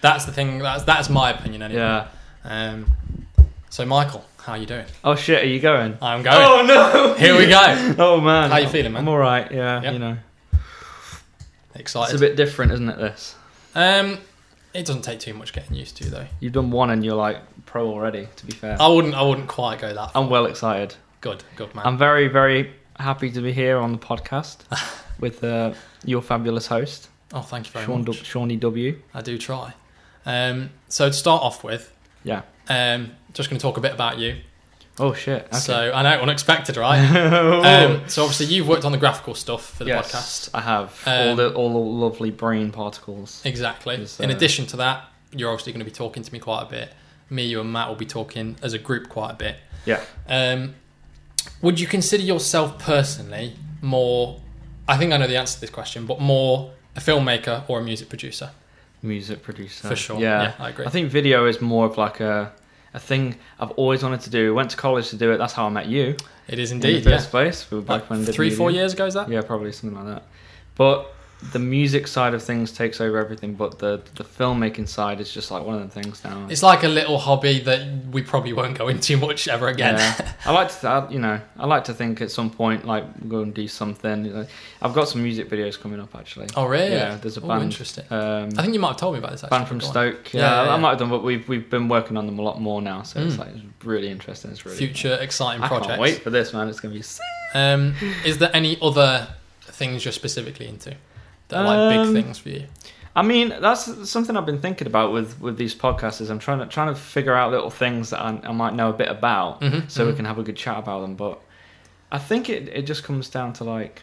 That's the thing. That's that's my opinion anyway. Yeah. Um, so Michael, how are you doing? Oh shit, are you going? I'm going. Oh no! Here we go. Oh man. How you feeling, man? I'm alright, yeah, Yep. you know. It's Excited. a bit different, isn't it, this? um, it doesn't take too much getting used to though. You've done one and you're like pro already, to be fair. I wouldn't. I wouldn't quite go that. Far. I'm well excited. Good. Good man. I'm very, very happy to be here on the podcast with uh, your fabulous host, oh, thank you very Sean much. w- Shawnee W. I do try. Um, so to start off with, Yeah. um, just going to talk a bit about you. Oh shit. Okay. So I know unexpected, right? um, um, so obviously you've worked on the graphical stuff for the podcast. I have all Um, the all the lovely brain particles. Exactly. Yes, In uh, addition to that, you're obviously going to be talking to me quite a bit. Me, you, and Matt will be talking as a group quite a bit. Yeah. Um, would you consider yourself personally more? I think I know the answer to this question, but more a filmmaker or a music producer? Music producer. For sure. Yeah, I agree. I think video is more of like a a thing I've always wanted to do. Went to college to do it. That's how I met you. It is in indeed. the Yeah. first place. We were back Like when I did three, four media. years ago is that? Yeah, probably something like that. But the music side of things takes over everything, but the the filmmaking side is just like one of the things now. It's like a little hobby that we probably won't go into much ever again. Yeah. I like to, th- I- you know, I like to think at some point like go and do something. you know. I've got some music videos coming up actually. oh really? Yeah, there's a Oh, band. interesting. Um, I think you might have told me about this. Actually. band from Go on. Stoke. Yeah, Yeah, yeah, I- I yeah. might have done, but we've we've been working on them a lot more now, so it's Mm. like it's really interesting. It's really Future exciting I projects. can't wait for this, man. It's gonna be sick. Um, is there any other things you're specifically into that are like Um, big things for you? I mean, that's something I've been thinking about with with these podcasts. Is I'm trying to trying to figure out little things that I, I might know a bit about, Mhm, so we mhm. can have a good chat about them. But I think it it just comes down to like,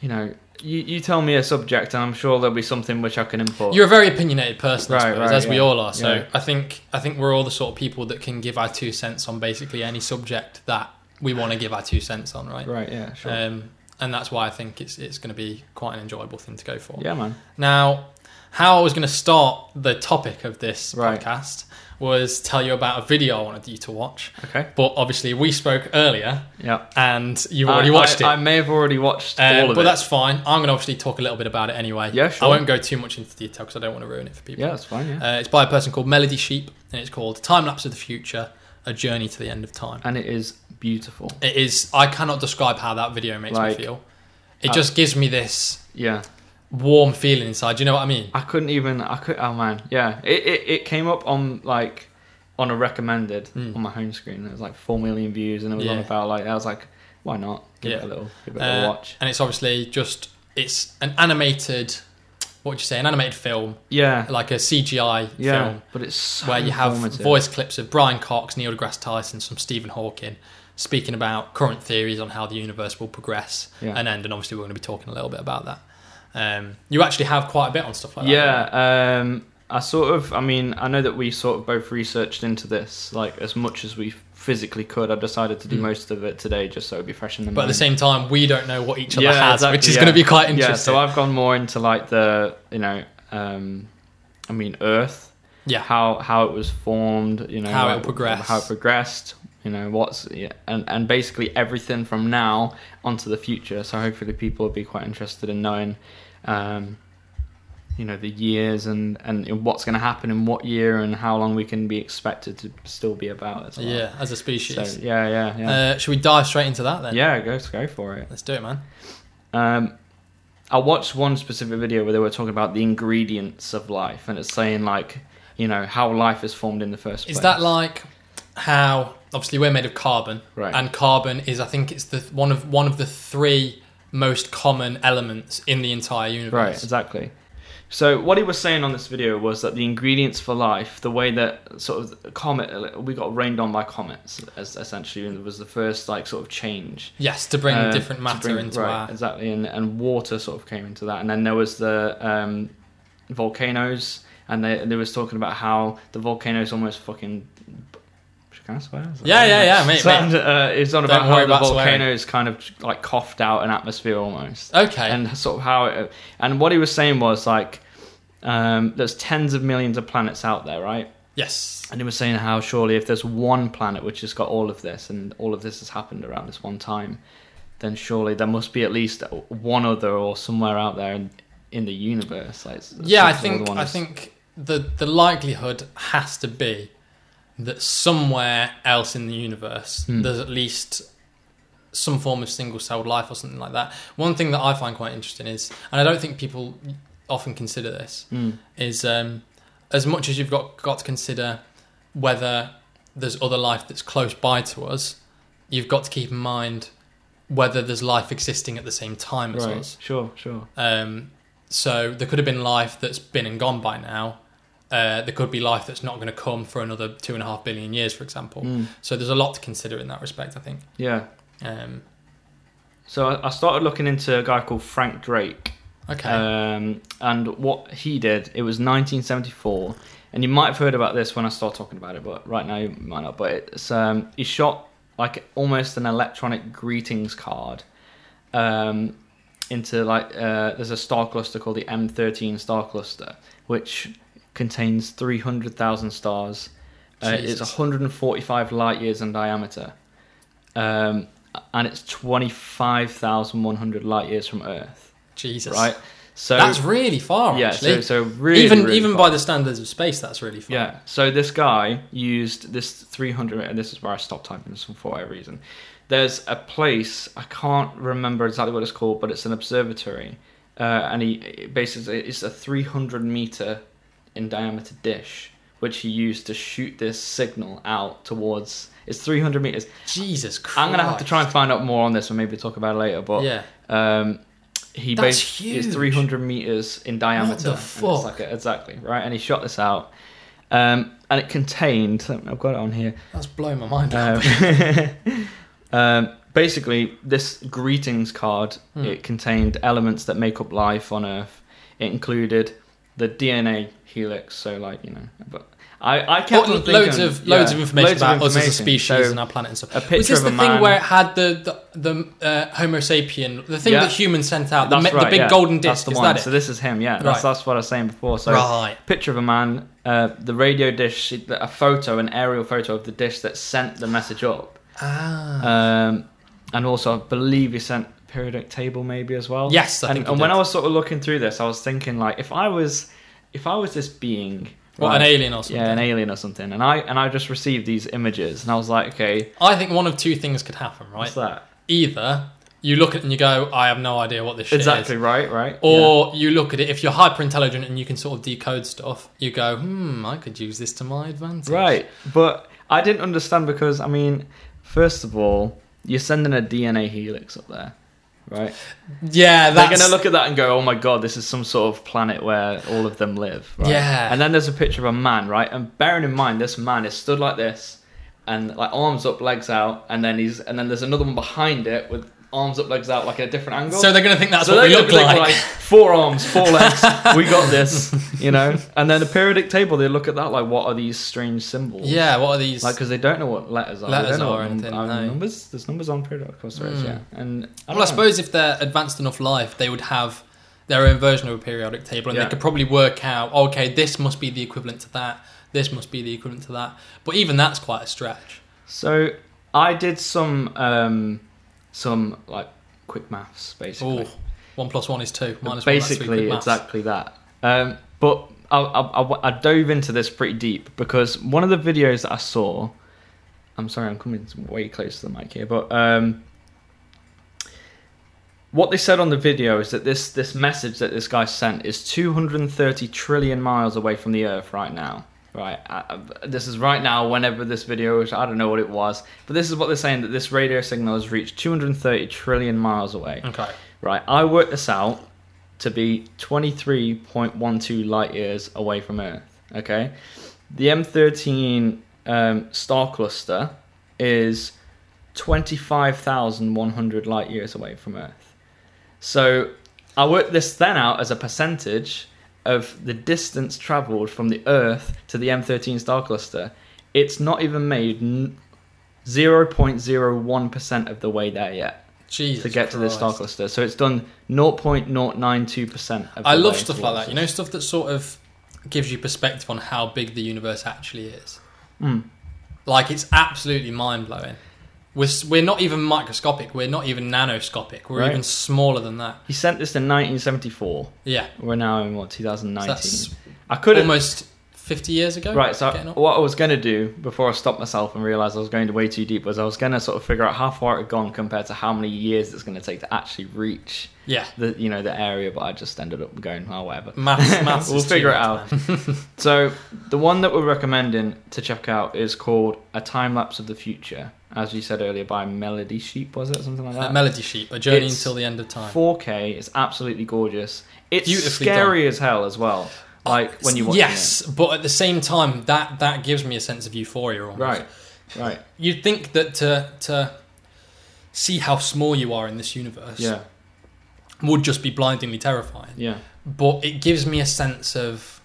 you know, you you tell me a subject, and I'm sure there'll be something which I can import. You're a very opinionated person, I Right, suppose, right, as we yeah, all are. So yeah. I think I think we're all the sort of people that can give our two cents on basically any subject that we want to give our two cents on, right? right? Yeah, sure. Um, and that's why I think it's it's going to be quite an enjoyable thing to go for. yeah, man. Now, how I was going to start the topic of this Right. podcast was tell you about a video I wanted you to watch, Okay. but obviously we spoke earlier Yeah. and you already I, watched I, it. I may have already watched Um, all of but it. that's fine. I'm going to obviously talk a little bit about it anyway. Yeah, I sure. won't go too much into detail because I don't want to ruin it for people. yeah, that's fine. Yeah. Uh, it's by a person called Melody Sheep, and it's called Time Lapse of the Future A Journey to the End of Time. and it is beautiful. It is, I cannot describe how that video makes Like, uh, me feel. It I- just gives me this Yeah. warm feeling inside. Do you know what I mean? I couldn't even. I could. Oh man, yeah. It it, it came up on like on a recommended Mm. on my home screen. It was like four million views, and it was on Yeah. about like I was like, why not? Give it Yeah. a little, give it a Uh, little watch. And it's obviously just, it's an animated, what would you say, an animated film, Yeah, like a CGI yeah. film. But it's so where you have informative. voice clips of Brian Cox, Neil deGrasse Tyson, some Stephen Hawking speaking about current theories on how the universe will progress Yeah. and end. And obviously, we're going to be talking a little bit about that. Um, you actually have quite a bit on stuff like that. yeah. Um, I sort of. I mean, I know that we sort of both researched into this like as much as we physically could. I decided to do Mm. most of it today, just so it'd be fresh in the But at mind. the same time, we don't know what each other Yeah, has, exactly, which is yeah. going to be quite interesting. yeah. So I've gone more into like the you know, um, I mean Earth. yeah. how how it was formed, you know, How it like, progressed. how it progressed, you know, what's yeah, and and basically everything from now onto the future. So hopefully people will be quite interested in knowing, um, you know, the years and and what's going to happen in what year and how long we can be expected to still be about as well. yeah, as a So species. yeah, yeah, yeah. Uh, should we dive straight into that then? yeah, go go for it. Let's do it, man. Um, I watched one specific video where they were talking about the ingredients of life, and it's saying like, you know, how life is formed in the first place. Is that like how obviously we're made of carbon, Right. and carbon is I think it's the one of one of the three most common elements in the entire Right, universe. exactly. So what he was saying on this video was that the ingredients for life, the way that sort of comet, we got rained on by comets, as essentially, and it was the first like sort of change. Yes, to bring uh, different to matter bring- into right, our exactly, and and water sort of came into that, and then there was the um, volcanoes, and they they was talking about how the volcanoes almost fucking. Can I swear? Is that- Yeah, yeah, yeah, mate, So, mate. uh, it's on Don't about how worry the about swearing. volcanoes kind of like coughed out an atmosphere almost okay. and sort of how it, and what he was saying was like um, there's tens of millions of planets out there right yes, and he was saying how surely if there's one planet which has got all of this and all of this has happened around this one time then surely there must be at least one other or somewhere out there in the universe. Like, s- yeah, I sorts of think other I ones. think the the likelihood has to be that somewhere else in the universe Hmm. there's at least some form of single-celled life or something like that. One thing that I find quite interesting is, and I don't think people often consider this, Mm, is um, as much as you've got got to consider whether there's other life that's close by to us, you've got to keep in mind whether there's life existing at the same time as us. right. Sure. Sure. Um, so there could have been life that's been and gone by now. Uh, there could be life that's not going to come for another two and a half billion years, for example. Mm, So there's a lot to consider in that respect, I think. yeah. Um, So I, I started looking into a guy called Frank Drake. okay. Um, and what he did, it was 1974, and you might have heard about this when I start talking about it, but right now you might not. But it's um, he shot like almost an electronic greetings card um, into like uh, there's a star cluster called the M13 star cluster, which contains 300,000 stars. Uh, it's Jesus. 145 light years in diameter. Um, and it's 25,100 light years from Earth Jesus. right? So that's really far, yeah, actually. so, so really, even really even far. by the standards of space, that's really far. yeah. So this guy used this 300, and this is where I stopped typing this for whatever reason. There's a place I can't remember exactly what it's called, but it's an observatory, uh, and he it basically it's a 300 meter in diameter dish which he used to shoot this signal out towards. It's 300 meters. Jesus Christ. I'm gonna have to try and find out more on this, and maybe talk about it later. But Yeah. Um, he That's based is huge. 300 meters in diameter. What the and it's like fuck? a- exactly right, and he shot this out, um, and it contained. I've got it on here. That's blowing my mind. Um, up. um, basically, this greetings card Hmm. it contained elements that make up life on Earth. It included the DNA helix, so like you know, but I I kept Oh, on thinking, loads of loads yeah, of information loads about us as a information. species So- and our planet and stuff. a Was picture this of a the thing man- where it had the the, the uh, Homo sapien, the thing Yeah. that humans sent out, the, That's me- the right, big yeah. golden That's disc? the Is one. that it? So this is him. Yeah, that's Right. that's what I was saying before. So right. picture of a man, uh, the radio dish, a photo, an aerial photo of the dish that sent the message up, Ah. um, and also I believe he sent periodic table maybe as well. Yes, I and, think he and when did. I was sort of looking through this, I was thinking like, if I was, if I was this being, Well, right, an alien or something. yeah, an alien or something, and I and I just received these images, and I was like, okay, I think one of two things could happen, right? what's that? Either you look at it and you go, I have no idea what this shit exactly is. right, right. Or you look at it, if you're hyper intelligent and you can sort of decode stuff, you go, hmm, I could use this to my advantage. Right, but I didn't understand because I mean, first of all, you're sending a DNA helix up there, right? Yeah, They're that's. gonna look at that and go, "Oh my god, this is some sort of planet where all of them live." Right? Yeah. And then there's a picture of a man, right? And bearing in mind, this man is stood like this, and like arms up, legs out, and then he's and then there's another one behind it with arms up, legs out, like at a different angle. so they're going to think that's So what they're we gonna look be thinking, like. four arms, four legs. we got this, you know. And then the periodic table, they look at that like, what are these strange symbols? Yeah, what are these? Like, because they don't know what letters are. Letters they don't know are what and num- then are they- numbers. There's numbers on periodic courses, Mm. yeah. And I, well, I don't know. suppose if they're advanced enough life, they would have their own version of a periodic table and Yeah. they could probably work out, okay, this must be the equivalent to that, this must be the equivalent to that. But even that's quite a stretch. So I did some um, some like quick maths basically. Oh, one plus one is two. Minus one, basically that's exactly that. Um, but I, I, I, I dove into this pretty deep because one of the videos that I saw. I'm sorry, I'm coming way close to the mic here, but um, what they said on the video is that this this message that this guy sent is 230 trillion miles away from the Earth right now. Right, I, I- this is right now. Whenever this video, is, I don't know what it was, but this is what they're saying that this radio signal has reached 230 trillion miles away. Okay. Right, I worked this out to be 23.12 light years away from Earth. Okay, the M13 um, star cluster is 25,100 light years away from Earth. So I worked this then out as a percentage of the distance traveled from the Earth to the M13 star cluster. It's not even made n- 0.01% of the way there yet Jesus. to get to this star Christ. cluster. So it's done 0.092%. Of the I love way stuff like towards that. You know, stuff that sort of gives you perspective on how big the universe actually is. Mm. Like it's absolutely mind blowing. We're, s- we're not even microscopic. We're not even nanoscopic. We're Right. even smaller than that. He sent this in 1974. Yeah. We're now in what So 2019. that's I could have almost 50 years ago. right. So getting I, on. what I was going to do before I stopped myself and realized I was going way too deep was I was going to sort of figure out how far it had gone compared to how many years it's going to take to actually reach yeah. the you know the area. But I just ended up going oh whatever. Maths, maths We'll is too figure it much, out. man. So the one that we're recommending to check out is called A Time Lapse of the Future, as you said earlier by Melody Sheep, was it something like Uh, that? Melody Sheep, A Journey It's Until the End of Time. 4K. It's absolutely gorgeous. It's Beautifully scary as hell as well. Like when you watch Oh, Yes, but at the same time, that, that gives me a sense of euphoria it. almost. Right. Right. You'd think that to, to see how small you are in this universe Yeah. would just be blindingly terrifying. Yeah. but it gives me a sense of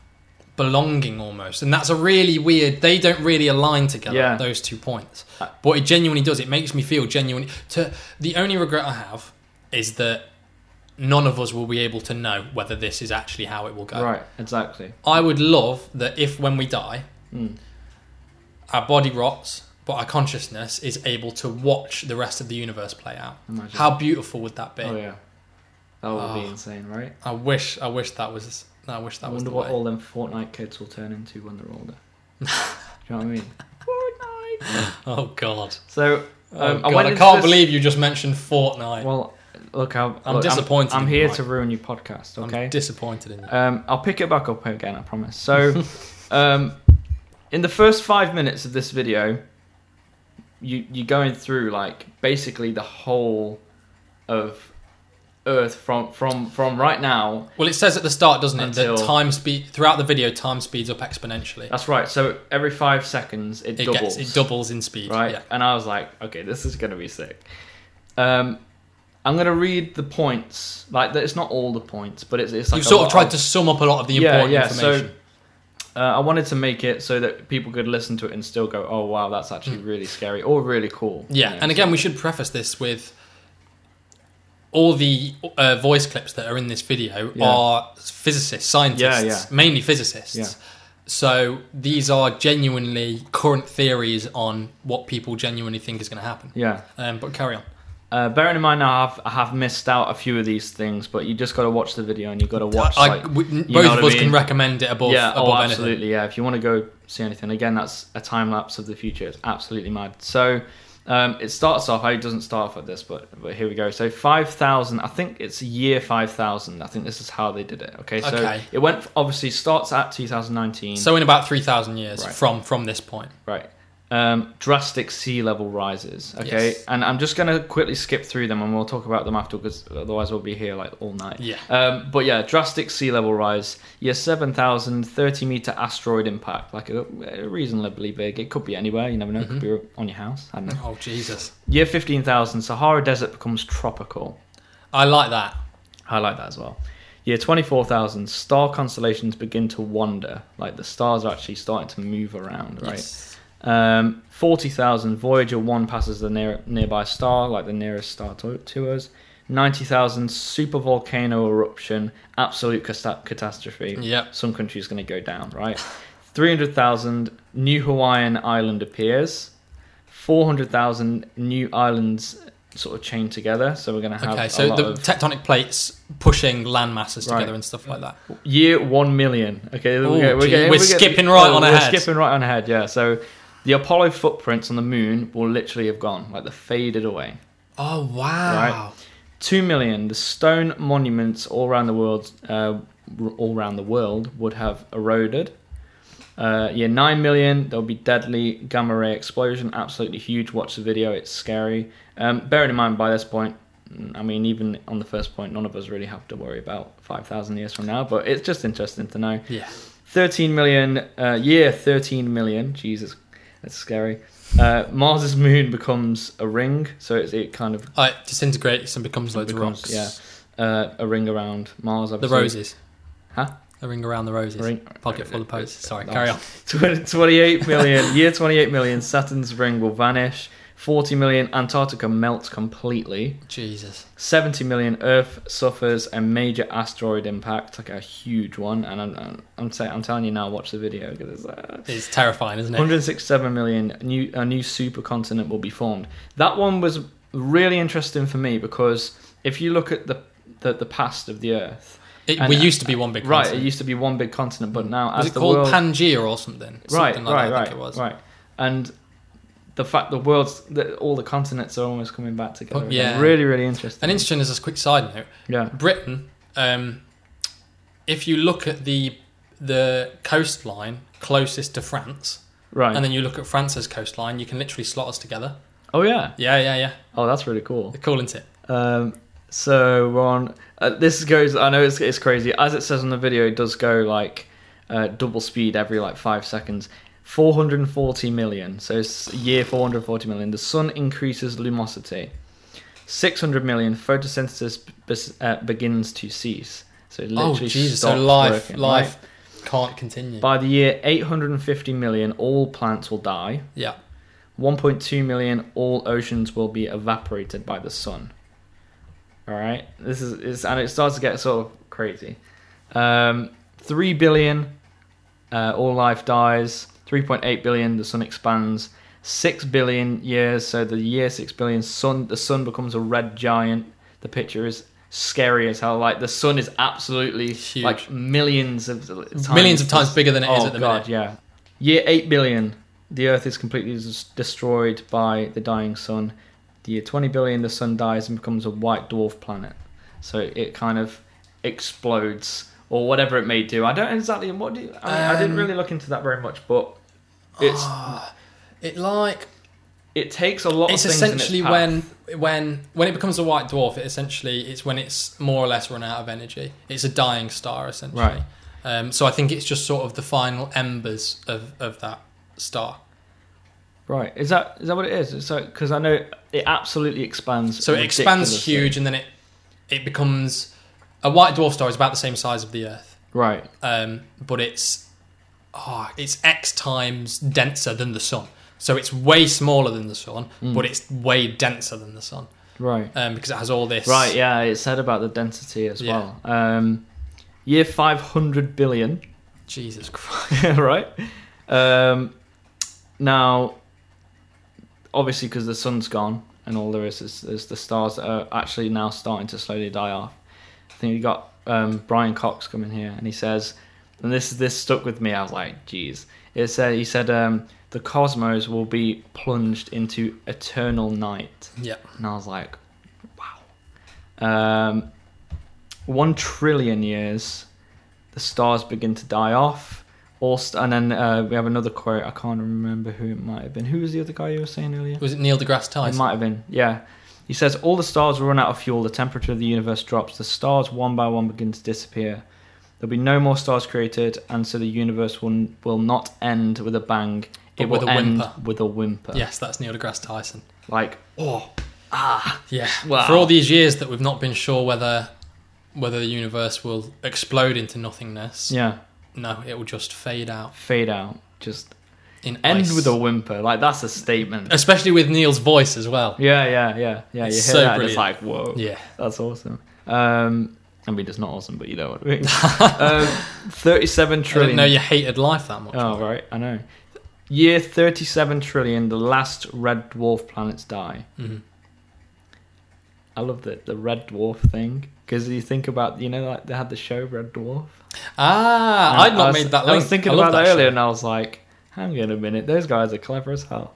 belonging almost and that's a really weird they don't really align together Yeah. those two points Uh, but it genuinely does it makes me feel genuinely to the only regret i have is that none of us will be able to know whether this is actually how it will go Right. Exactly. i would love that if when we die Mm. our body rots but our consciousness is able to watch the rest of the universe play out Imagine. how beautiful would that be Oh yeah. That would be Oh. insane, right? i wish i wish that was i wish that I was wonder the what way. all them Fortnite kids will turn into when they're older. Do you know what I mean? Fortnite. oh god So Oh, Um, I God, I, went into can't this- believe you just mentioned Fortnite. well, look, I'll, I'm look, disappointed I'm, in you, here Mike. to ruin your podcast. Okay. I'm disappointed in you. Um, I'll pick it back up again, I promise. So, um, in the first five minutes of this video, you you're going through like basically the whole of Earth from from from right now. Well, it says at the start, doesn't it, Until- that time speed throughout the video, time speeds up exponentially. That's right. So every five seconds, it, It doubles. gets it doubles in speed. right? Yeah. And I was like, okay, this is gonna be sick. Um, I'm gonna read the points. Like, it's not all the points, but it's it's like You've a sort lot of tried to sum up a lot of the important So, information. uh, I wanted to make it so that people could listen to it and still go, "Oh wow, that's actually really scary or really cool." Hmm. yeah, You know, and again, so- we should preface this with all the uh, voice clips that are in this video Yeah. are physicists, scientists, Yeah, yeah. mainly physicists. Yeah. So these are genuinely current theories on what people genuinely think is going to happen. yeah. Um, but carry on. Uh, bearing in mind, I have I have missed out a few of these things, but you just got to watch the video and you got to watch. Uh, I, like, we, know both what of I us mean? can recommend it above, yeah, above oh, anything. absolutely. Yeah, if you want to go see anything, again, that's a time lapse of the future. It's absolutely mad. So um, it starts off. I doesn't start off at this, but but here we go. So five thousand. I think it's year five thousand. I think this is how they did it. Okay, so Okay. it went obviously starts at two thousand nineteen. So in about three thousand years Right. from from this point, Right. Um, drastic sea level rises. Okay, Yes. and I'm just gonna quickly skip through them, and we'll talk about them after, because otherwise we'll be here like all night. Yeah. Um, but yeah, drastic sea level rise. Year 7,000, 30 meter asteroid impact, like a, a reasonably big. It could be anywhere. You never know. It could be on your house. I don't know. oh Jesus, Year 15,000, Sahara Desert becomes tropical. I like that. I like that as well. Year 24,000, star constellations begin to wander. Like the stars are actually starting to move around, right? Yes. Um, 40,000 Voyager 1 passes the near, nearby star, like the nearest star to, to us. 90,000 super volcano eruption, absolute casta- catastrophe. Yep. Some country's going to go down, right? 300,000 new Hawaiian island appears. 400,000 new islands sort of chained together. So we're going to have Okay, a so lot the of tectonic plates pushing land masses Right. together and stuff like that. year 1 million. Okay, Ooh, getting- gee, getting- we're getting- skipping right oh, on we're ahead. skipping right on ahead, yeah. So the Apollo footprints on the moon will literally have gone, like they faded away. Oh wow! Two million. The stone monuments all around the world, uh, r- all around the world, would have eroded. Uh, yeah, nine million. There'll be deadly gamma ray explosion. Absolutely huge. Watch the video. It's scary. Um, bearing in mind, by this point, mm, I mean, even on the first point, none of us really have to worry about five thousand years from now. But it's just interesting to know. Yeah, 13 million, uh, year 13 million. Jesus, that's scary. Uh, Mars's moon becomes a ring, so it's, it kind of Uh, it disintegrates and becomes loads becomes- of rocks. yeah. uh, a ring around Mars. the Obviously. roses, Huh? A ring around the roses. Ring- Pocket full of poses. Sorry, Nice. carry on. 20 28 million, year 28 million, Saturn's ring will vanish. 40 million, Antarctica melts completely. Jesus. 70 million, Earth suffers a major asteroid impact, like a huge one. And I'm, I'm, I'm, say, I'm telling you now, watch the video because it's. Uh, It's terrifying, isn't it? 167 million new a new supercontinent will be formed. That one was really interesting for me because if you look at the the, the past of the Earth, it and- we used to be one big right, it continent. Mm. used to be one big continent, but now was as it the called world, Pangea or something? right, something like right, that, right, I think it was. right, and the fact the world's that all the continents are almost coming back together. Oh, again. yeah. really, really interesting. And interesting as a quick side note, yeah, Britain, um, if you look at the the coastline closest to France, right. and then you look at France's coastline, you can literally slot us together. oh yeah. Yeah, yeah, yeah. Oh, that's really cool. Cool, isn't it? Um, so we're on. Uh, this goes. I know it's, it's crazy. As it says on the video, it does go like uh, double speed every like five seconds. 440 million. So it's year 440 million. The sun increases lumosity. 600 million. Photosynthesis bes- uh, begins to cease. So it Oh, literally Jesus. So stops life, working, right? life can't continue. By the year 850 million, all plants will die. yeah. 1.2 million all oceans will be evaporated by the sun. All right, this is it's, and it starts to get sort of crazy. Um, Three billion, uh, all life dies. 3.8 billion, the sun expands. Six billion years, so the year six billion, sun the sun becomes a red giant. The picture is scary as hell. Like the sun is absolutely Huge. like millions of times Millions of times bigger than it is oh at the god, minute. yeah. Year eight billion, the Earth is completely des- destroyed by the dying sun. The year twenty billion, the sun dies and becomes a white dwarf planet. So it kind of explodes or whatever it may do. I don't exactly. What do you, I, mean, I didn't Um, really look into that very much, but it's It like it takes a lot. it's of things in its essentially path. when when when it becomes a white dwarf. It essentially it's when it's more or less run out of energy. It's a dying star essentially. Right. Um, so I think it's just sort of the final embers of of that star. right is that is that what it is? So because I know it absolutely expands. So it expands ridiculously. huge, and then it it becomes a white dwarf star is about the same size of the Earth, Right. um, but it's ah it's x times denser than the sun. So it's way smaller than the sun, Hmm. but it's way denser than the sun Right. um, because it has all this Right, yeah, it said about the density as Yeah. well. Um, year 500 billion, Jesus Christ. right? Um, now, obviously, because the sun's gone and all there is, is is the stars that are actually now starting to slowly die off. I think we got um, Brian Cox coming here and he says, and this this stuck with me. I was like, geez. It said, he said, um, the cosmos will be plunged into eternal night. Yeah. And I was like, wow. Um, one trillion years, the stars begin to die off. All st- and then uh, we have another quote. I can't remember who it might have been. Who was the other guy you were saying earlier? Was it Neil deGrasse It Tyson? might have been, yeah. He says, All the stars will run out of fuel, the temperature of the universe drops, the stars one by one begin to disappear. There'll be no more stars created, and so the universe will, will not end with a bang. But it with will a end whimper. with a whimper. Yes, that's Neil deGrasse Tyson. Like, oh, ah. Yeah. Wow. For all these years that we've not been sure whether whether the universe will explode into nothingness. Yeah, No, it will just fade out fade out. Just in end ice. with a whimper. Like, that's a statement. especially with Neil's voice as well. Yeah, yeah, yeah, yeah. It's you hear so that, and it's like, brilliant. whoa, Yeah. that's awesome. Um, I mean, it's not awesome, but you know what I mean. um, Thirty-seven I didn't trillion. know you hated life that much. oh, right, I know. Year thirty-seven trillion. The last red dwarf planets die. Mhm. I love the the red dwarf thing because you think about you know like they had the show Red Dwarf. Ah, And I'd I not was- made that I link. was thinking love about that, show. earlier, and I was like, "Hang on a minute, those guys are clever as hell."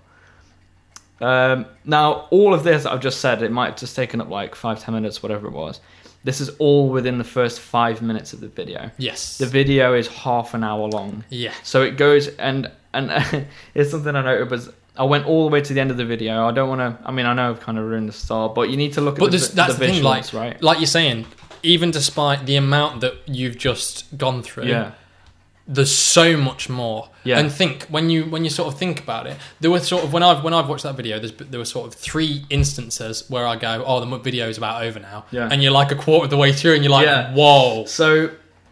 Um, now, all of this I've just said, it might have just taken up like five, ten minutes, whatever it was. This is all within the first five minutes of the video. Yes. The video is half an hour long, yeah. so it goes and and it's something I noted was I went all the way to the end of the video. I don't want to. I mean, I know I've kind of ruined the star, but you need to look at But the, this, vi- that's the, visuals, thing, like, right? like you're saying, even despite the amount that you've just gone through, Yeah, there's so much more. Yeah. And think when you when you sort of think about it, there were sort of when I've when I've watched that video, there's there were sort of three instances where I go, oh, the video is about over now, Yeah. and you're like a quarter of the way through, and you're like, Yeah. whoa, So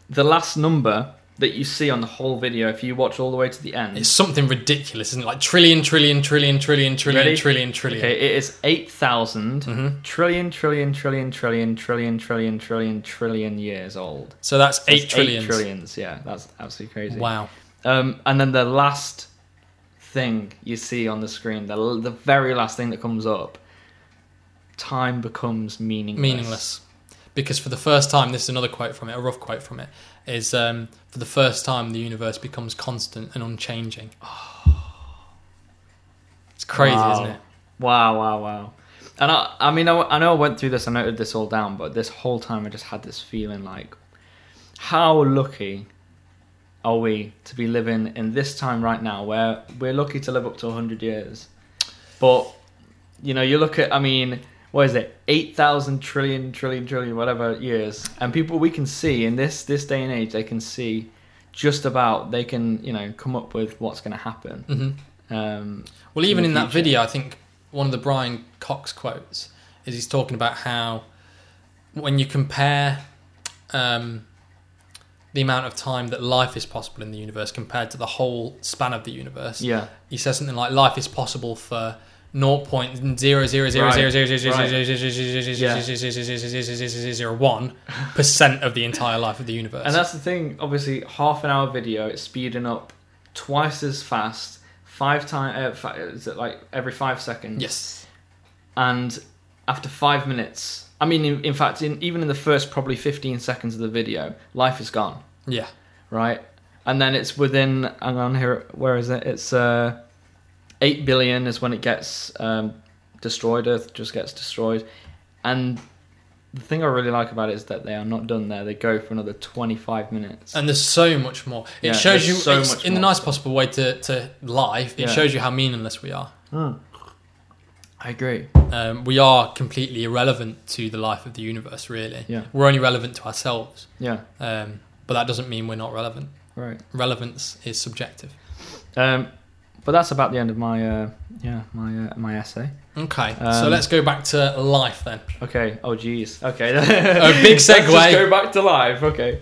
the last number that you see on the whole video if you watch all the way to the end. It's something ridiculous, isn't it? Like trillion, trillion, trillion, trillion, trillion, Ready? trillion, trillion. Okay, it is 8,000 Mhm. trillion, trillion, trillion, trillion, trillion, trillion, trillion, trillion years old. So that's So eight it's trillions. Eight trillions, yeah. That's absolutely crazy. Wow. Um, and then the last thing you see on the screen, the, the very last thing that comes up, time becomes meaningless. Meaningless. Because for the first time, this is another quote from it, a rough quote from it, is um, for the first time the universe becomes constant and unchanging. It's crazy, Wow. isn't it? Wow, wow, wow. And I, I mean, I, I know I went through this, I noted this all down, but this whole time I just had this feeling like, how lucky are we to be living in this time right now where we're lucky to live up to 100 years? But, you know, you look at, I mean, what is it, 8,000 trillion, trillion, trillion, whatever years, and people we can see in this, this day and age, they can see just about, they can, you know, come up with what's going to happen. hmm Um, Well, in even the in that future. video, I think one of the Brian Cox quotes is he's talking about how when you compare um, the amount of time that life is possible in the universe compared to the whole span of the universe, yeah. he says something like life is possible for 0.00000000001% of the entire life of the universe. And that's the thing. Obviously, half an hour video, it's speeding up twice as fast, five time. Uh, fi- is it like every five seconds? yes. And after five minutes, I mean, in, in fact, in, even in the first probably fifteen seconds of the video, life is gone, Yeah. right? And then it's within. Hang on, here. Where is it? It's uh, eight billion is when it gets um, destroyed. Earth just gets destroyed, and. The thing I really like about it is that they are not done there. They go for another 25 minutes. And there's so much more. It Yeah, shows there's you so it's- much in the more. nice possible way to, to life. It Yeah. shows you how meaningless we are. Hmm. I agree. Um, we are completely irrelevant to the life of the universe, really. Yeah. We're only relevant to ourselves. Yeah. Um, but that doesn't mean we're not relevant. Right. Relevance is subjective. Um, but that's about the end of my uh, yeah my uh, my essay. Okay, so Um, let's go back to life then. Okay. Oh jeez. Okay. A big Let's just segue. go back to live. Okay.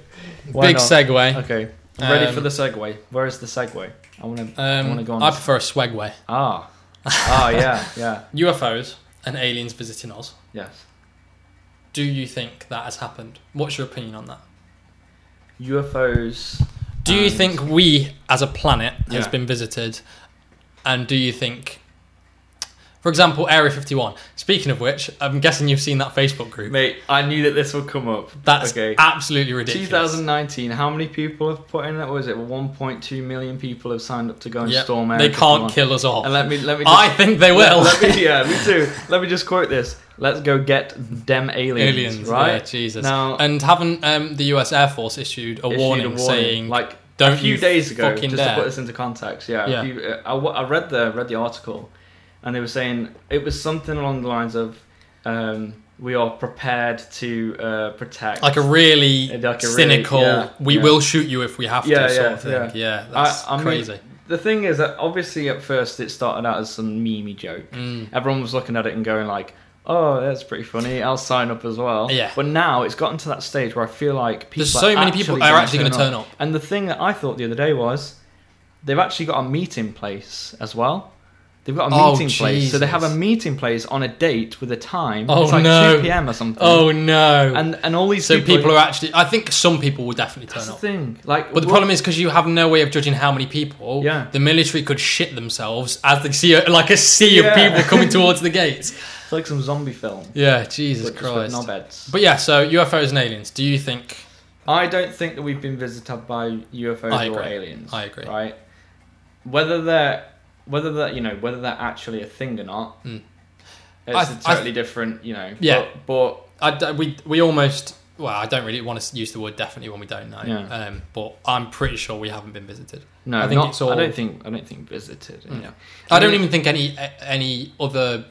Why Big not? segue. Okay. I'm ready Um, for the segue. Where is the segue? I want to. I want to Um, go on. I this- prefer a swagway. ah. ah. Yeah. Yeah. UFOs and aliens visiting us. Yes. Do you think that has happened? What's your opinion on that? UFOs. Do you and- think we, as a planet, has Yeah. been visited? And do you think, for example, Area 51? Speaking of which, I'm guessing you've seen that Facebook group. Mate, I knew that this would come up. That's okay. absolutely ridiculous. 2019. How many people have put in that? Was it 1.2 million people have signed up to go and Yep. storm Area They can't 51? kill us off. And let me let me. Just, I think they will. Let me, yeah, me too. Let me just quote this. Let's go get them aliens, aliens, yeah, right? Jesus. Now- and haven't um, the US Air Force issued a, Issued warning, saying, like don't a few you days ago, fucking just dare. to put this into context. Yeah, a Yeah. few- uh, I, wa- I read the read the article, and they were saying it was something along the lines of, um, "We are prepared to uh, protect." like a really Like a really- cynical yeah, we yeah. will shoot you if we have to Yeah, sort yeah, of thing yeah, yeah. that's I mean- crazy the thing is that obviously at first it started out as some memey joke. Mm. everyone was looking at it and going like oh that's pretty funny i'll sign up as well Yeah. but now it's gotten to that stage where i feel like people there's so many people are gonna actually going to turn up and the thing that i thought the other day was they've actually got a meeting place as well they've got a Oh, meeting place so they have a Jesus. meeting place on a date with a time Oh, it's like no. 2pm or something oh no and and all these so people, people, are actually i think some people will definitely that's turn the up thing like but the what- problem is because you have no way of judging how many people Yeah. the military could shit themselves as they see a, like a sea of Yeah. people coming towards the gates it's like some zombie film yeah jesus but just with christ knobheads. but yeah so ufos and aliens do you think I don't think that we've been visited by UFOs I or agree. aliens. I agree. Right? Whether they're whether that you know whether they're actually a thing or not, Mm. it's I- a totally different. You know. Yeah. But, I d we we almost well, I don't really want to use the word definitely when we don't know. Yeah. Um, but I'm pretty sure we haven't been visited. but no, I think not, it's all- I don't think I don't think visited. Mm. Yeah. I don't mean- even think any a- any other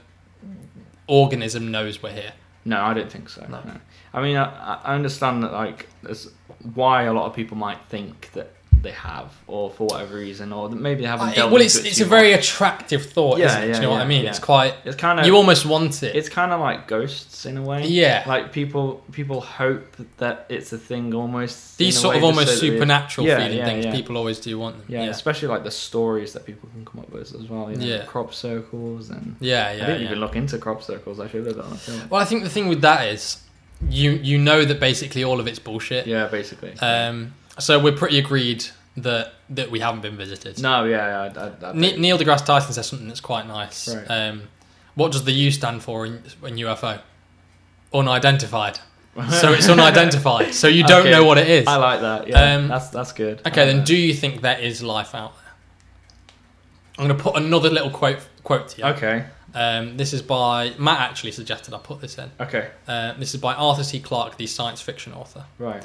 organism knows we're here. No, I don't think so. No. No. I mean, I, I understand that like there's why a lot of people might think that they have, or for whatever reason, or that maybe they haven't. I- delved Uh, well, it's into it it's too a very much. attractive thought. Yeah, isn't it? Do yeah, you know what yeah, I mean? yeah. It's quite. It's kind of You almost want it. It's kind of like ghosts in a way. Yeah. Like people people hope that it's a thing almost. These in a sort way of just almost so that we- supernatural Yeah, feeling yeah, things. yeah. People always do want them. Yeah, Yeah. especially like the stories that people can come up with as well. You know, Yeah. Crop circles and. Yeah. I Yeah. didn't yeah. even look into crop circles. I should have done. I feel. Well, I think the thing with that is, you you know that basically all of it's bullshit. Yeah, basically. Um. So we're pretty agreed that that we haven't been visited. no, yeah, yeah, I, I, I, Ne- Neil deGrasse Tyson says something that's quite nice. Right. Um, what does the U stand for in, in UFO? Unidentified. So it's unidentified. So you don't Okay. know what it is. I like that. Yeah, Um, that's that's good. Okay, Uh, then do you think there is life out there? I'm going to put another little quote quote to you. Okay. Um, this is by Matt. Actually, suggested I put this in. Okay. Uh, this is by Arthur C. Clarke, the science fiction author. Right.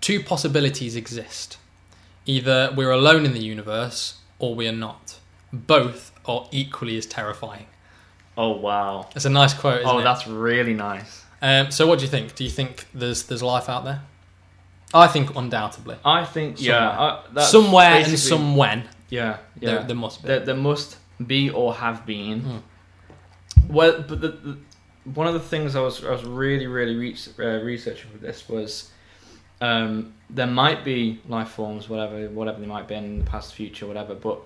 Two possibilities exist: either we're alone in the universe, or we are not. Both are equally as terrifying. Oh wow. It's a nice quote. Isn't Oh, it? that's really nice. Um, so, what do you think? Do you think there's there's life out there? I think undoubtedly, I think Somewhere. yeah. I, that's somewhere basically- and some when yeah yeah. there, there must be. there, there must be or have been. Mm. Well, but the, the, one of the things I was I was really really re- uh, researching for this was um, there might be life forms, whatever whatever they might be in the past, future, whatever, but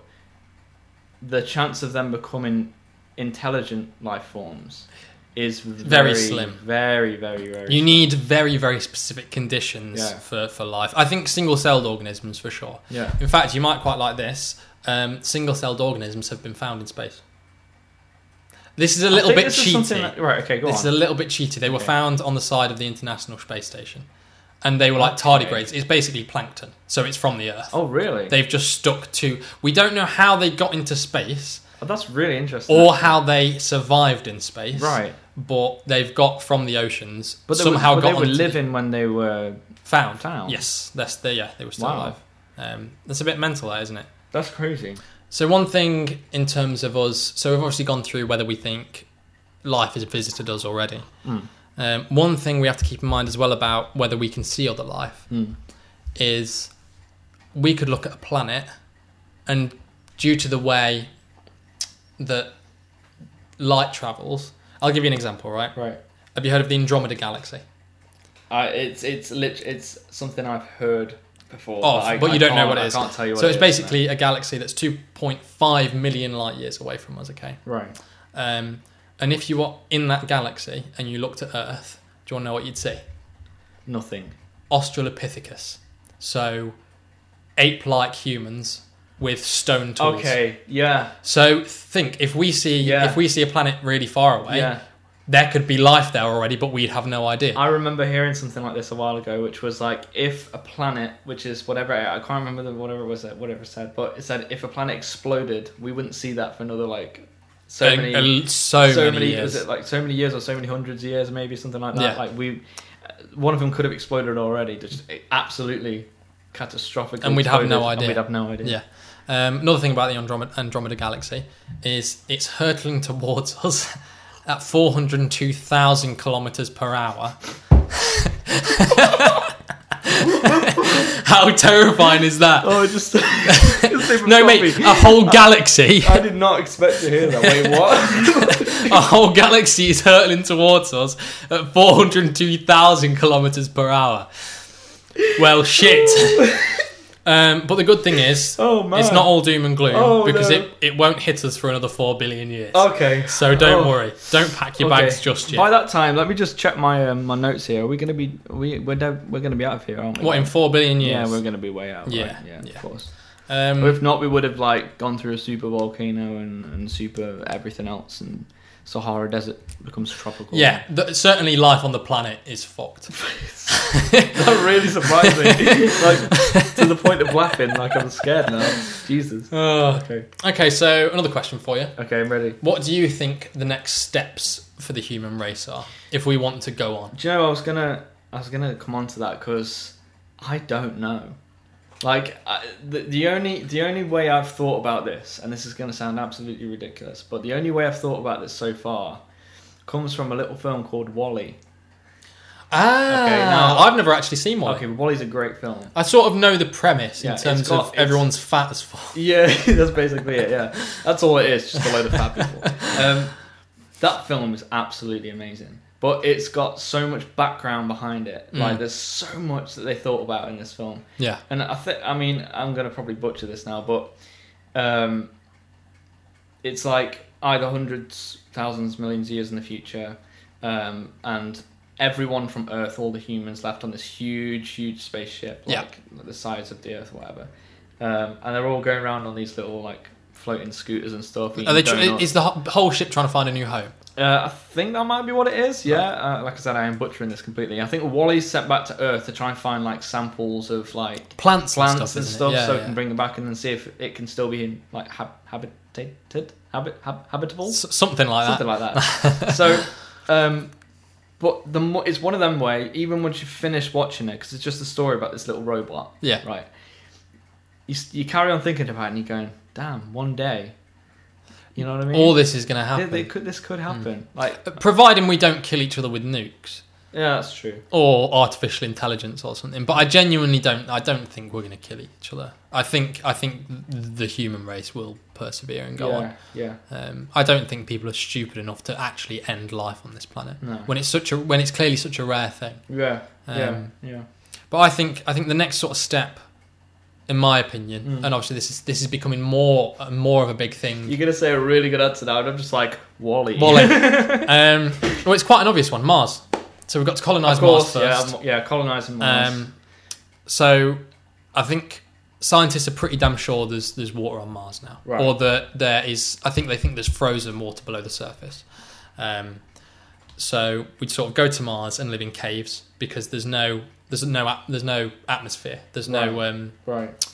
the chance of them becoming intelligent life forms is Very very, slim. very very very. you slim. need very very specific conditions Yeah. for for life. I think single celled organisms for sure. yeah. In fact, you might quite like this. Um, single celled organisms have been found in space. This is a I little think bit this is something cheaty. that- right, okay, go this is on. a little bit cheaty. They were Okay. found on the side of the International Space Station, and they were like tardigrades. It's basically plankton, so it's from the Earth. oh, really? They've just stuck to. We don't know how they got into space oh, that's really interesting. or how they survived in space. right, But they've got from the oceans, but but they somehow were, but got they were onto- living when they were found. found. Yes, that's they. Yeah, they were still Wow. alive. Um, that's a bit mental, there, isn't it? That's crazy. So one thing in terms of us, so we've obviously gone through whether we think life has visited us already. Mm. Um, one thing we have to keep in mind as well about whether we can see other life Mm. is we could look at a planet and due to the way that light travels i'll give you an example right Right. have you heard of the andromeda galaxy Uh, it's it's lit- it's something I've heard before. Oh, I- but you I don't know can't- what it I is. can't tell you. What so it's it is, no. basically a galaxy that's 2.5 million light years away from us okay right. um, and if you were in that galaxy and you looked at earth do you want to know what you'd see Nothing. australopithecus so ape-like humans with stone tools Okay. Yeah. So think if we see Yeah. if we see a planet really far away, Yeah. there could be life there already, but we'd have no idea. I remember hearing something like this a while ago, which was like if a planet, which is whatever I can't remember the whatever it was that whatever it said, but it said if a planet exploded, we wouldn't see that for another like so And- many and so, many, years. was it like so many years or so many hundreds of years maybe something like that Yeah. like we uh, one of them could have exploded already just absolutely catastrophic And we'd have no idea. we'd have no idea Yeah. Um, another thing about the Andromeda, Andromeda galaxy is it's hurtling towards us at 402,000 kilometers per hour. How terrifying is that? oh just, No, mate, a whole galaxy. I did not expect to hear that wait what Our whole galaxy is hurtling towards us at 402,000 kilometers per hour. Well, shit. um, but the good thing is, oh man it's not all doom and gloom Oh, because no. it, it won't hit us for another 4 billion years. okay So don't Oh. worry. Don't pack your Okay. bags just yet. by that time let me just check my um, my notes here are we gonna be we, we're, de- we're gonna be out of here aren't we what, in 4 billion yeah years? we're gonna be way out right? Yeah, yeah yeah. of course Or um, if not, we would have like gone through a super volcano and, and super everything else, and Sahara desert becomes tropical. yeah, th- certainly life on the planet is fucked. that really surprised me. like to the point of laughing, like I'm scared now. Jesus. Ugh. Okay, okay, so another question for you. okay, I'm ready. What do you think the next steps for the human race are if we want to go on? Do you know I was gonna I was gonna come on to that because I don't know. Like I, the, the only the only way I've thought about this, and this is gonna sound absolutely ridiculous, but the only way I've thought about this so far comes from a little film called Wally. Ah, Okay, now- I've never actually seen Wally. Okay, Wally's a great film. I sort of know the premise Yeah, in it's terms got- of it's- everyone's fat as fuck. Yeah, that's basically it. Yeah, that's all it is. Just a load of fat people. Um, that film is absolutely amazing, but it's got so much background behind it. Like, Mm. there's so much that they thought about in this film, Yeah, and I think I mean I'm gonna probably butcher this now, but um, it's like either hundreds, thousands, millions of years in the future, um, and everyone from Earth, all the humans left on this huge, huge spaceship, Yeah. like the size of the Earth, or whatever, um, and they're all going around on these little like floating scooters and stuff. eating Are they tr- donuts. is the ho- whole ship trying to find a new home? Uh, I think that might be what it is. Yeah, uh, like I said, I am butchering this completely. I think Wally's sent back to Earth to try and find like samples of like Plants, plants and stuff, and isn't it? stuff, Yeah, so yeah. it can bring them back and then see if it can still be like hab- habitated, habit, hab- habitable, S- something like something that. like that. so, um, but the mo- it's one of them way. Even once you finish watching it, because it's just a story about this little robot, Yeah, right? You s- you carry on thinking about it and you're going, damn, one day, you know what I mean? all this is going to Yeah, happen, they could, this could happen. Like, Uh, providing we don't kill each other with nukes yeah, that's true. or artificial intelligence or something. But I genuinely don't. I don't think we're going to kill each other. I think I think th- the human race will persevere and go yeah, on. yeah, Um, I don't think people are stupid enough to actually end life on this planet no, when it's such a when it's clearly such a rare thing. yeah, Um, yeah, yeah. But I think I think the next sort of step, in my opinion, Mm. and obviously this is this is becoming more uh, more of a big thing. You're gonna say a really good answer now, and I'm just like Wally. Wally. um, well, it's quite an obvious one, Mars. So we've got to colonize of Mars course, first. yeah, I'm- yeah, colonizing Mars. Um, so I think scientists are pretty damn sure there's there's water on Mars now, Right. or that there is. I think they think there's frozen water below the surface. Um, so we'd sort of go to Mars and live in caves because there's no there's no at- there's no atmosphere. There's no um, right.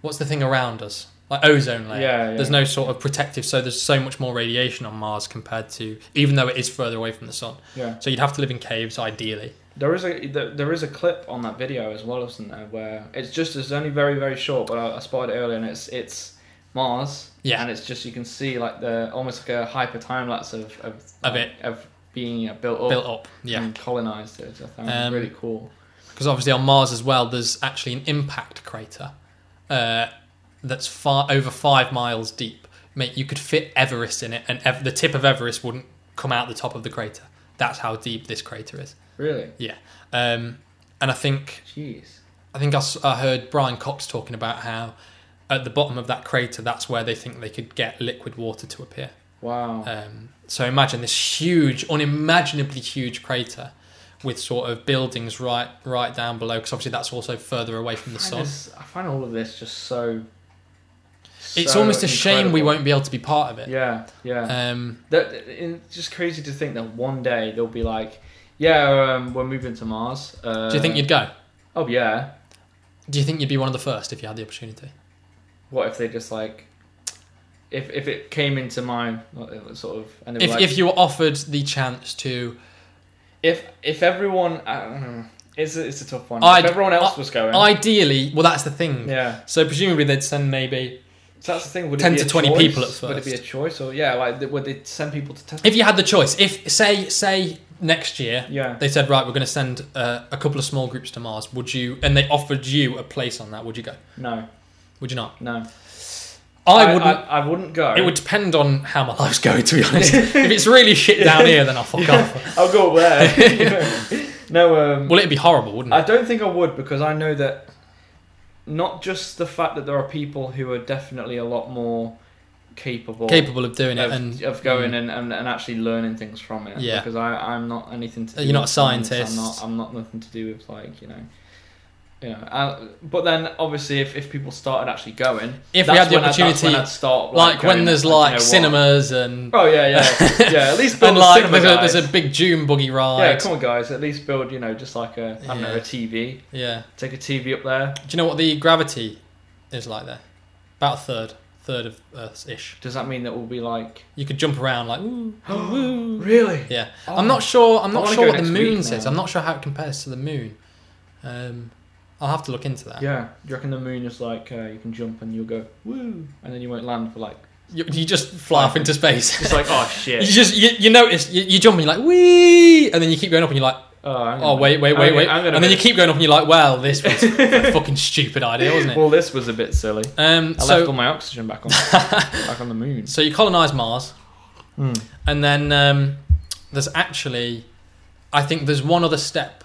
what's the thing around us like ozone layer. Yeah, yeah. There's no sort of protective, so there's so much more radiation on Mars compared to, even though it is further away from the sun. Yeah, So you'd have to live in caves, ideally. there is a there, there is a clip on that video as well, isn't there? Where it's just it's only very very short, but I, I spotted it earlier, and it's it's Mars. Yeah. and it's just you can see like the almost like a hyper time lapse of of, Of like, of being yeah, built up, Built up, yeah. and colonized. It, I found Um, really cool. because obviously on Mars as well, there's actually an impact crater uh, that's far over five miles deep. Mate, you could fit Everest in it, and ev- the tip of Everest wouldn't come out the top of the crater. That's how deep this crater is. Really, Um, and I think jeez. I think I, s- I heard Brian Cox talking about how at the bottom of that crater, that's where they think they could get liquid water to appear. Wow. Um, so imagine this huge, unimaginably huge crater with sort of buildings right right down below, because obviously that's also further away from the I, sun. just- I find all of this just so. It's so almost a shame we incredible. won't be able to be part of it. Yeah, yeah. Um, That it's just crazy to think that one day they'll be like, yeah, um, we're moving to Mars. Uh, do you think you'd go? Oh yeah. Do you think you'd be one of the first if you had the opportunity? What if they just like, if if it came into my uh, sort of, and they If, were like, if you were offered the chance to, if if everyone, I don't know, it's a, it's a tough one. I'd- if everyone else was going, ideally, well, that's the thing. yeah. So presumably they'd send maybe So that's the thing. Would it 10 be to a 20 choice? people at Would it be a first. choice or yeah? Like th- would they send people to test? if you had the choice. If say say next year yeah. they said right, we're going to send uh, a couple of small groups to Mars. Would you? And they offered you a place on that. Would you go? No. Would you not? No. I, wouldn't. I, I wouldn't go. it would depend on how my life's going. To be honest, if it's really shit down here, then I'll fuck off. I'll go up there. no. Um, Well, it'd be horrible, wouldn't it? I don't think I would because I know that not just the fact that there are people who are definitely a lot more capable, capable of doing it of, and mm. of going and, and, and actually learning things from it. Yeah. Because I, I'm not anything to do You're not a with science. scientist. I'm not, I'm not nothing to do with like, you know. You know, I, but then obviously if, if people started actually going, If we that's had the when I- that's opportunity, when I'd start, like when going, there's you know like what? cinemas and Oh yeah, yeah, yeah. At least build and a like cinema, there's a, guys. there's a big June buggy yeah. ride. Come on, guys. At least build, you know, just like a I don't know Yeah. a TV. Yeah. Take a TV up there. Do you know what the gravity is like there? About a third, third of Earth ish. Does that mean that we'll be like? You could jump around like woo, woo, woo. Really? Yeah. Oh. I'm not sure. I'm I not wanna sure go what the next week moon says. now. I'm not sure how it compares to the moon. Um, I'll have to look into that. Yeah. Do you reckon the moon is like uh, you can jump and you'll go woo, and then you won't land for like? You, you just fly off into space. It's like oh you shit. just you, you notice you, you jump and you're like wee, and then you keep going up and you're like Oh, hang Oh on. wait, wait, wait, I'm wait, gonna- I'm gonna and then you make- keep going up, and you're like, "Well, this was a fucking stupid idea, wasn't it?" Well, this was a bit silly. Um, I left all so, my oxygen back on back on the moon. so you colonize Mars, Hmm. and then um, there's actually, I think there's one other step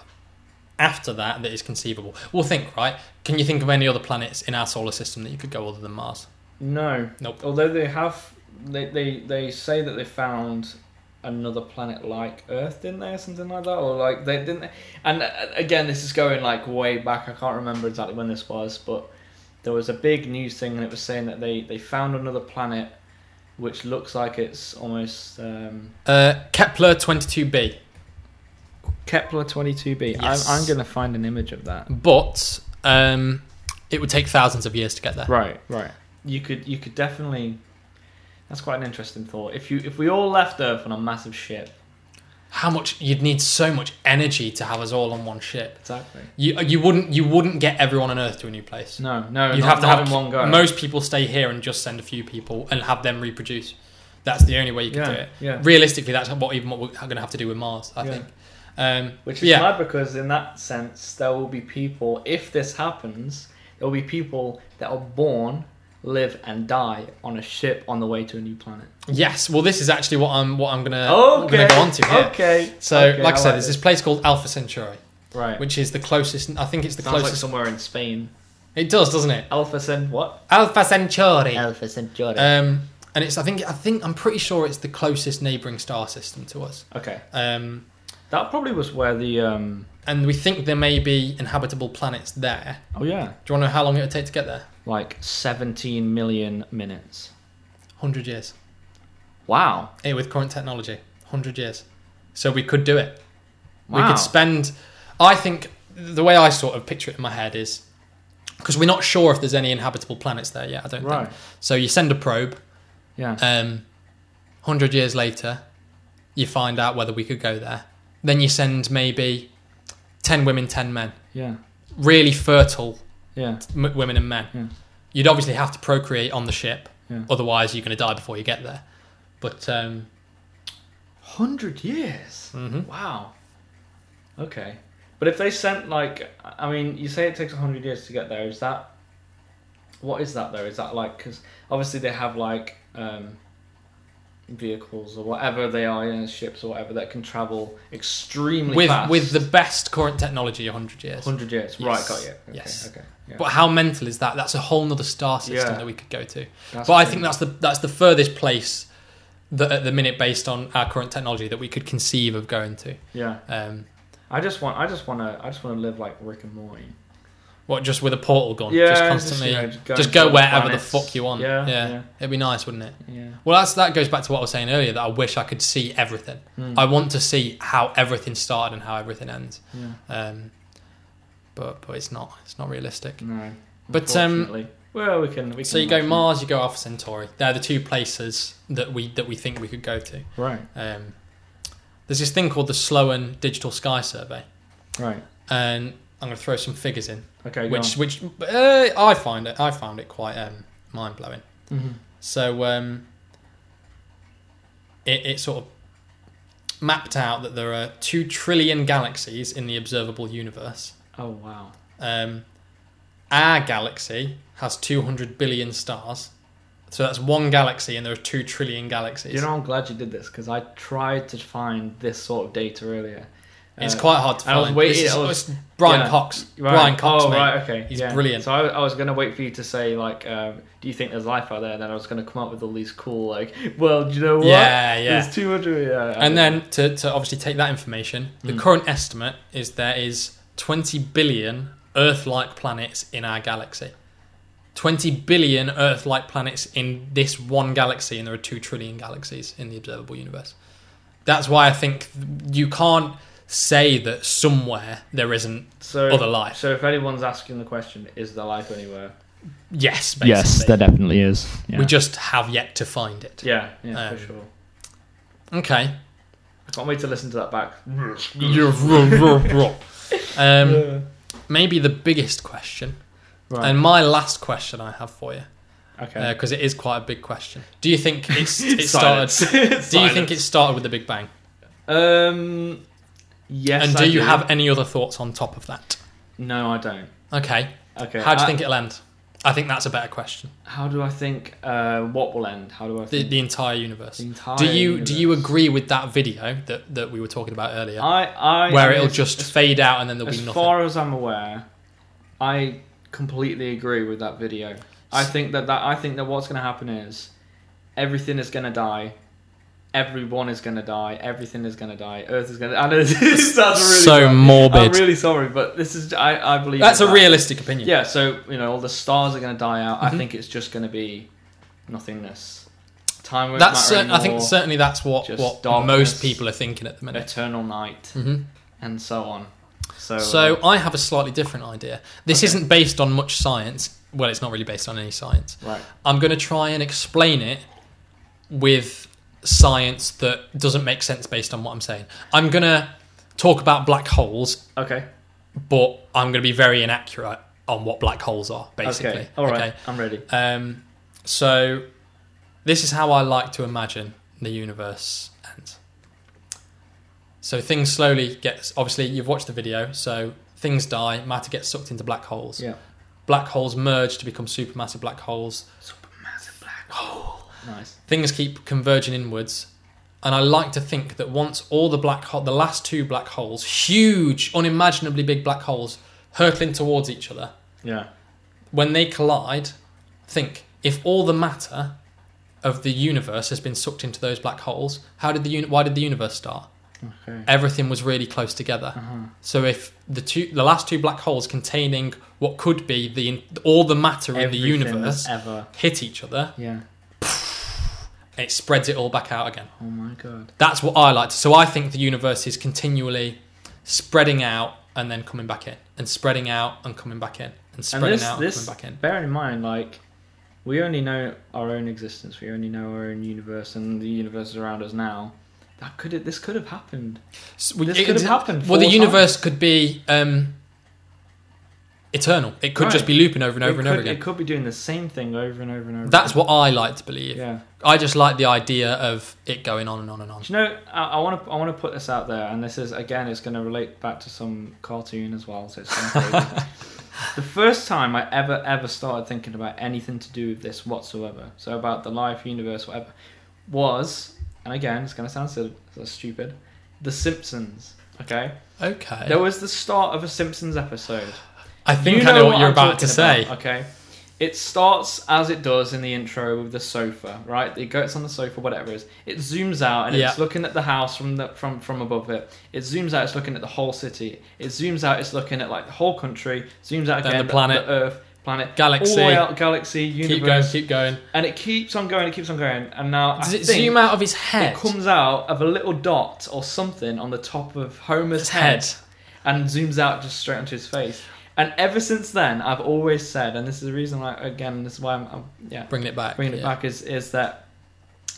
after that that is conceivable. We'll think, right? Can you think of any other planets in our solar system that you could go other than Mars? No. Nope. Although they have, they, they they say that they found another planet like Earth, didn't they, or something like that, or like they didn't. They? And uh, again, this is going like way back. I can't remember exactly when this was, but there was a big news thing, and it was saying that they they found another planet, which looks like it's almost um, Uh, Kepler 22b, Kepler twenty two b. Yes. I'm gonna find an image of that. but um, it would take thousands of years to get there. Right, right. You could you could definitely. That's quite an interesting thought. If you if we all left Earth on a massive ship, How much you'd need so much energy to have us all on one ship. exactly. You uh, you wouldn't you wouldn't get everyone on Earth to a new place. No, no, you not- have to not have in one go. Most people stay here and just send a few people and have them reproduce. That's the only way you can yeah, do it. yeah. Realistically, that's what even what we're going to have to do with Mars. I Yeah. think. Um, Which is yeah, mad because in that sense, there will be people. If this happens, there will be people that are born, live, and die on a ship on the way to a new planet. yes. Well, this is actually what I'm what I'm gonna okay, gonna go on to here. okay. So, okay, like I said, like there's this. this place called Alpha Centauri, right. which is the closest. I think it's the Sounds like closest. somewhere in Spain. it does, doesn't it? Alpha Cent what? Alpha Centauri. Alpha Centauri. Um, and it's I think I think I'm pretty sure it's the closest neighboring star system to us. okay, Um, that probably was where the um. and we think there may be inhabitable planets there. Oh yeah, Do you want to know how long it would take to get there? like 17 million minutes. 100 years. Wow. Hey, with current technology, 100 years. So we could do it. We Wow. could spend. I think the way I sort of picture it in my head is because we're not sure if there's any inhabitable planets there yet, I don't Right. think. So you send a probe, Yeah. um, 100 years later, you find out whether we could go there. Then you send maybe 10 women, 10 men, Yeah. really fertile Yeah. m- women and men. Yeah. You'd obviously have to procreate on the ship, Yeah. otherwise, you're going to die before you get there. But um, Hundred years. Mhm. Wow. Mm-hmm. Okay, but if they sent like, I mean, you say it takes hundred years to get there. Is that what is that though? Is that like because obviously they have like um, vehicles or whatever they are, you know, ships or whatever that can travel extremely with fast. with the best current technology 100 years hundred years, Yes. right? Got you. Okay, Yes. Okay. Yeah. but how mental is that that's a whole nother star system Yeah. that we could go to That's but i crazy. think that's the that's the furthest place that at the minute based on our current technology that we could conceive of going to yeah. um I just want. I just want to. I just want to live like Rick and Morty. what just with a portal gun Yeah, just just, constantly you know, just, just going go to the wherever the planets. fuck you want Yeah, yeah yeah. it'd be nice wouldn't it Yeah. well that's that goes back to what i was saying earlier that i wish i could see everything Hmm. i want to see how everything started and how everything ends Yeah. um but but it's not it's not realistic No. But, um, unfortunately. well, we can. We can So you go imagine. Mars, you go Alpha Centauri. They're the two places that we that we think we could go to. Right. Um, there's this thing called the Sloan Digital Sky Survey, Right. and I'm going to throw some figures in, Okay. go which which uh, I find it I found it quite um, mind blowing. on. Mhm. So um, it, it sort of mapped out that there are two trillion galaxies in the observable universe. Oh wow. Um, our galaxy has 200 billion stars. So that's one galaxy, and there are two trillion galaxies. You know, I'm glad you did this because I tried to find this sort of data earlier. it's Uh, quite hard to I find. was waiting- This is- I was- it's Brian yeah. Cox. right. Brian Cox, Oh, mate. right. Okay. He's yeah. brilliant. So I, I was gonna wait for you to say like, um, do you think there's life out there? And then I was gonna come up with all these cool like, well, do you know what? Yeah, yeah. There's 200. Yeah. I And don't know. then to, to obviously take that information, the Mm. current estimate is there is 20 billion Earth-like planets in our galaxy. 20 billion Earth-like planets in this one galaxy, and there are two trillion galaxies in the observable universe. That's why I think you can't say that somewhere there isn't so other life. So if anyone's asking the question, is there life anywhere? Yes, basically. definitely is. Yeah. We just have yet to find it. Yeah. Yeah. Um, for sure. Okay. I can't wait to listen to that back. um, Yeah. maybe the biggest question, Right. and my last question I have for you. okay. because it is quite a big question. Do you think it's it Silence. started? Do you think it started with the Big Bang? Um, Yes. and do I you have any other thoughts on top of that? No, I don't. Okay. Okay. How do you I- think it'll end? I think that's a better question. How do I think? Uh, what will end? How do I? The, Think the entire universe. the entire do you do you universe? agree with that video that, that we were talking about earlier, I, I where I mean, it'll as- just as, fade out and then there'll as be nothing? far as I'm aware, I completely agree with that video. I think that, that I think that what's going to happen is everything is going to die. Everyone is going to die. Everything is going to die. Earth is going to. I know this sounds really so bad. morbid. I'm really sorry, but this is I, I believe that's a in that. realistic opinion. Yeah, so you know all the stars are going to die out. I Mhm. think it's just going to be nothingness. Time won't that's matter cer- I think anymore, certainly that's what Just what darkness. most people are thinking at the minute. eternal night hmm and so on. So So uh, I have a slightly different idea. This Okay. isn't based on much science. Well, it's not really based on any science. right, I'm going to try and explain it with science that doesn't make sense based on what I'm saying. I'm going to talk about black holes, okay, but I'm going to be very inaccurate on what black holes are, basically. okay, all right, I'm ready. Okay? Um, so this is how I like to imagine the universe ends. So things slowly get. Obviously, you've watched the video, so things die, matter gets sucked into black holes. Yeah, Black holes merge to become supermassive black holes. supermassive black hole. Nice. things keep converging inwards and i like to think that once all the black hole the last two black holes huge unimaginably big black holes hurtling towards each other Yeah, when they collide think if all the matter of the universe has been sucked into those black holes how did the uni- why did the universe start okay. everything was really close together Uh-huh. so if the two the last two black holes containing what could be the all the matter in the Everything universe ever. hit each other Yeah. it spreads it all back out again Oh my god. That's what I like. to- So I think the universe is continually spreading out and then coming back in, and spreading out and coming back in, and And spreading this, out this. and coming back in. Bear in mind, like, we only know our own existence. We only know our own universe and the universe around us now. That could this could have happened. So we- This could have happened Well, the four universe could be um, eternal. It could just Right. be looping over and over it and could, over again. It could be doing the same thing over and over and over. That's again. what I like to believe. Yeah. I just like the idea of it going on and on and on. Do you know? I want to. I want to put this out there, and this is again. It's going to relate back to some cartoon as well. So it's gonna relate. the first time I ever ever started thinking about anything to do with this whatsoever. So about the life, universe, whatever, was, and again, it's going to sound so, so stupid. The Simpsons. Okay. Okay. There was the start of a Simpsons episode. I think You I know what you're I'm about to say. talking about, okay. It starts as it does in the intro with the sofa, right? It goes on the sofa, whatever it is. It zooms out and it's Yeah. looking at the house from the from from above it. It zooms out, it's looking at the whole city. It zooms out, it's looking at like the whole country. Zooms out Then again, the planet. Earth, planet, all Galaxy. the way out, galaxy, universe, keep going, keep going. and it keeps on going. It keeps on going, and now Does I it think zoom out of his head? it comes out of a little dot or something on the top of Homer's His head. head and zooms out just straight onto his face. And ever since then, I've always said, and this is the reason why, again, this is why I'm, I'm yeah, Bringing it back. bringing it yeah. back is is that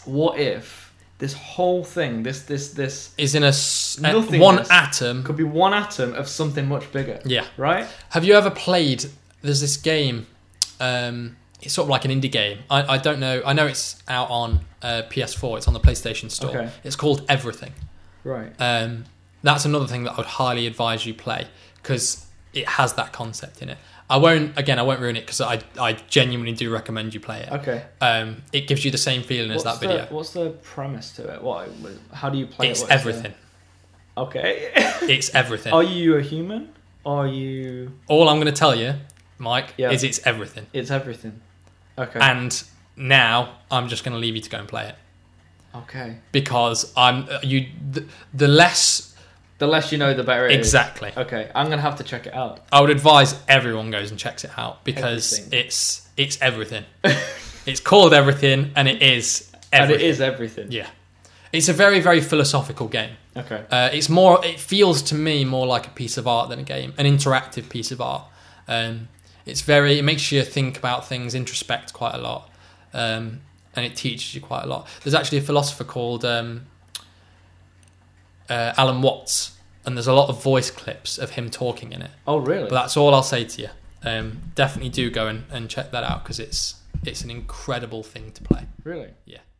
what if this whole thing, this this this Is in a, s- a- Nothingness. one atom. could be one atom of something much bigger, Yeah. right? Have you ever played? There's this game. Um, it's sort of like an indie game. I, I don't know. I know it's out on uh, PS4. It's on the PlayStation Store. Okay. It's called Everything. Right. Um, that's another thing that I would highly advise you play because it has that concept in it. I won't again. I won't ruin it because I I genuinely do recommend you play it. Okay. Um, it gives you the same feeling as that the, video. What's the premise to it? What? How do you play It's it? What's the- everything. okay. It's everything. Are you a human? Are you? All I'm going to tell you, Mike, Yeah. is it's everything. It's everything. Okay. And now I'm just going to leave you to go and play it. okay. because I'm uh, you the, the less The less you know, the better it is. exactly. Okay, I'm gonna have to check it out. I would advise everyone goes and checks it out because Everything. it's it's everything. it's called everything, and it is And everything. it is everything. Yeah, it's a very very philosophical game. Okay. Uh, it's more. It feels to me more like a piece of art than a game, an interactive piece of art. Um, it's very. It makes you think about things, introspect quite a lot, um, and it teaches you quite a lot. There's actually a philosopher called um, uh, Alan Watts, and there's a lot of voice clips of him talking in it. Oh really? But that's all I'll say to you. Um, definitely do go and, and check that out because it's it's an incredible thing to play. really? Yeah.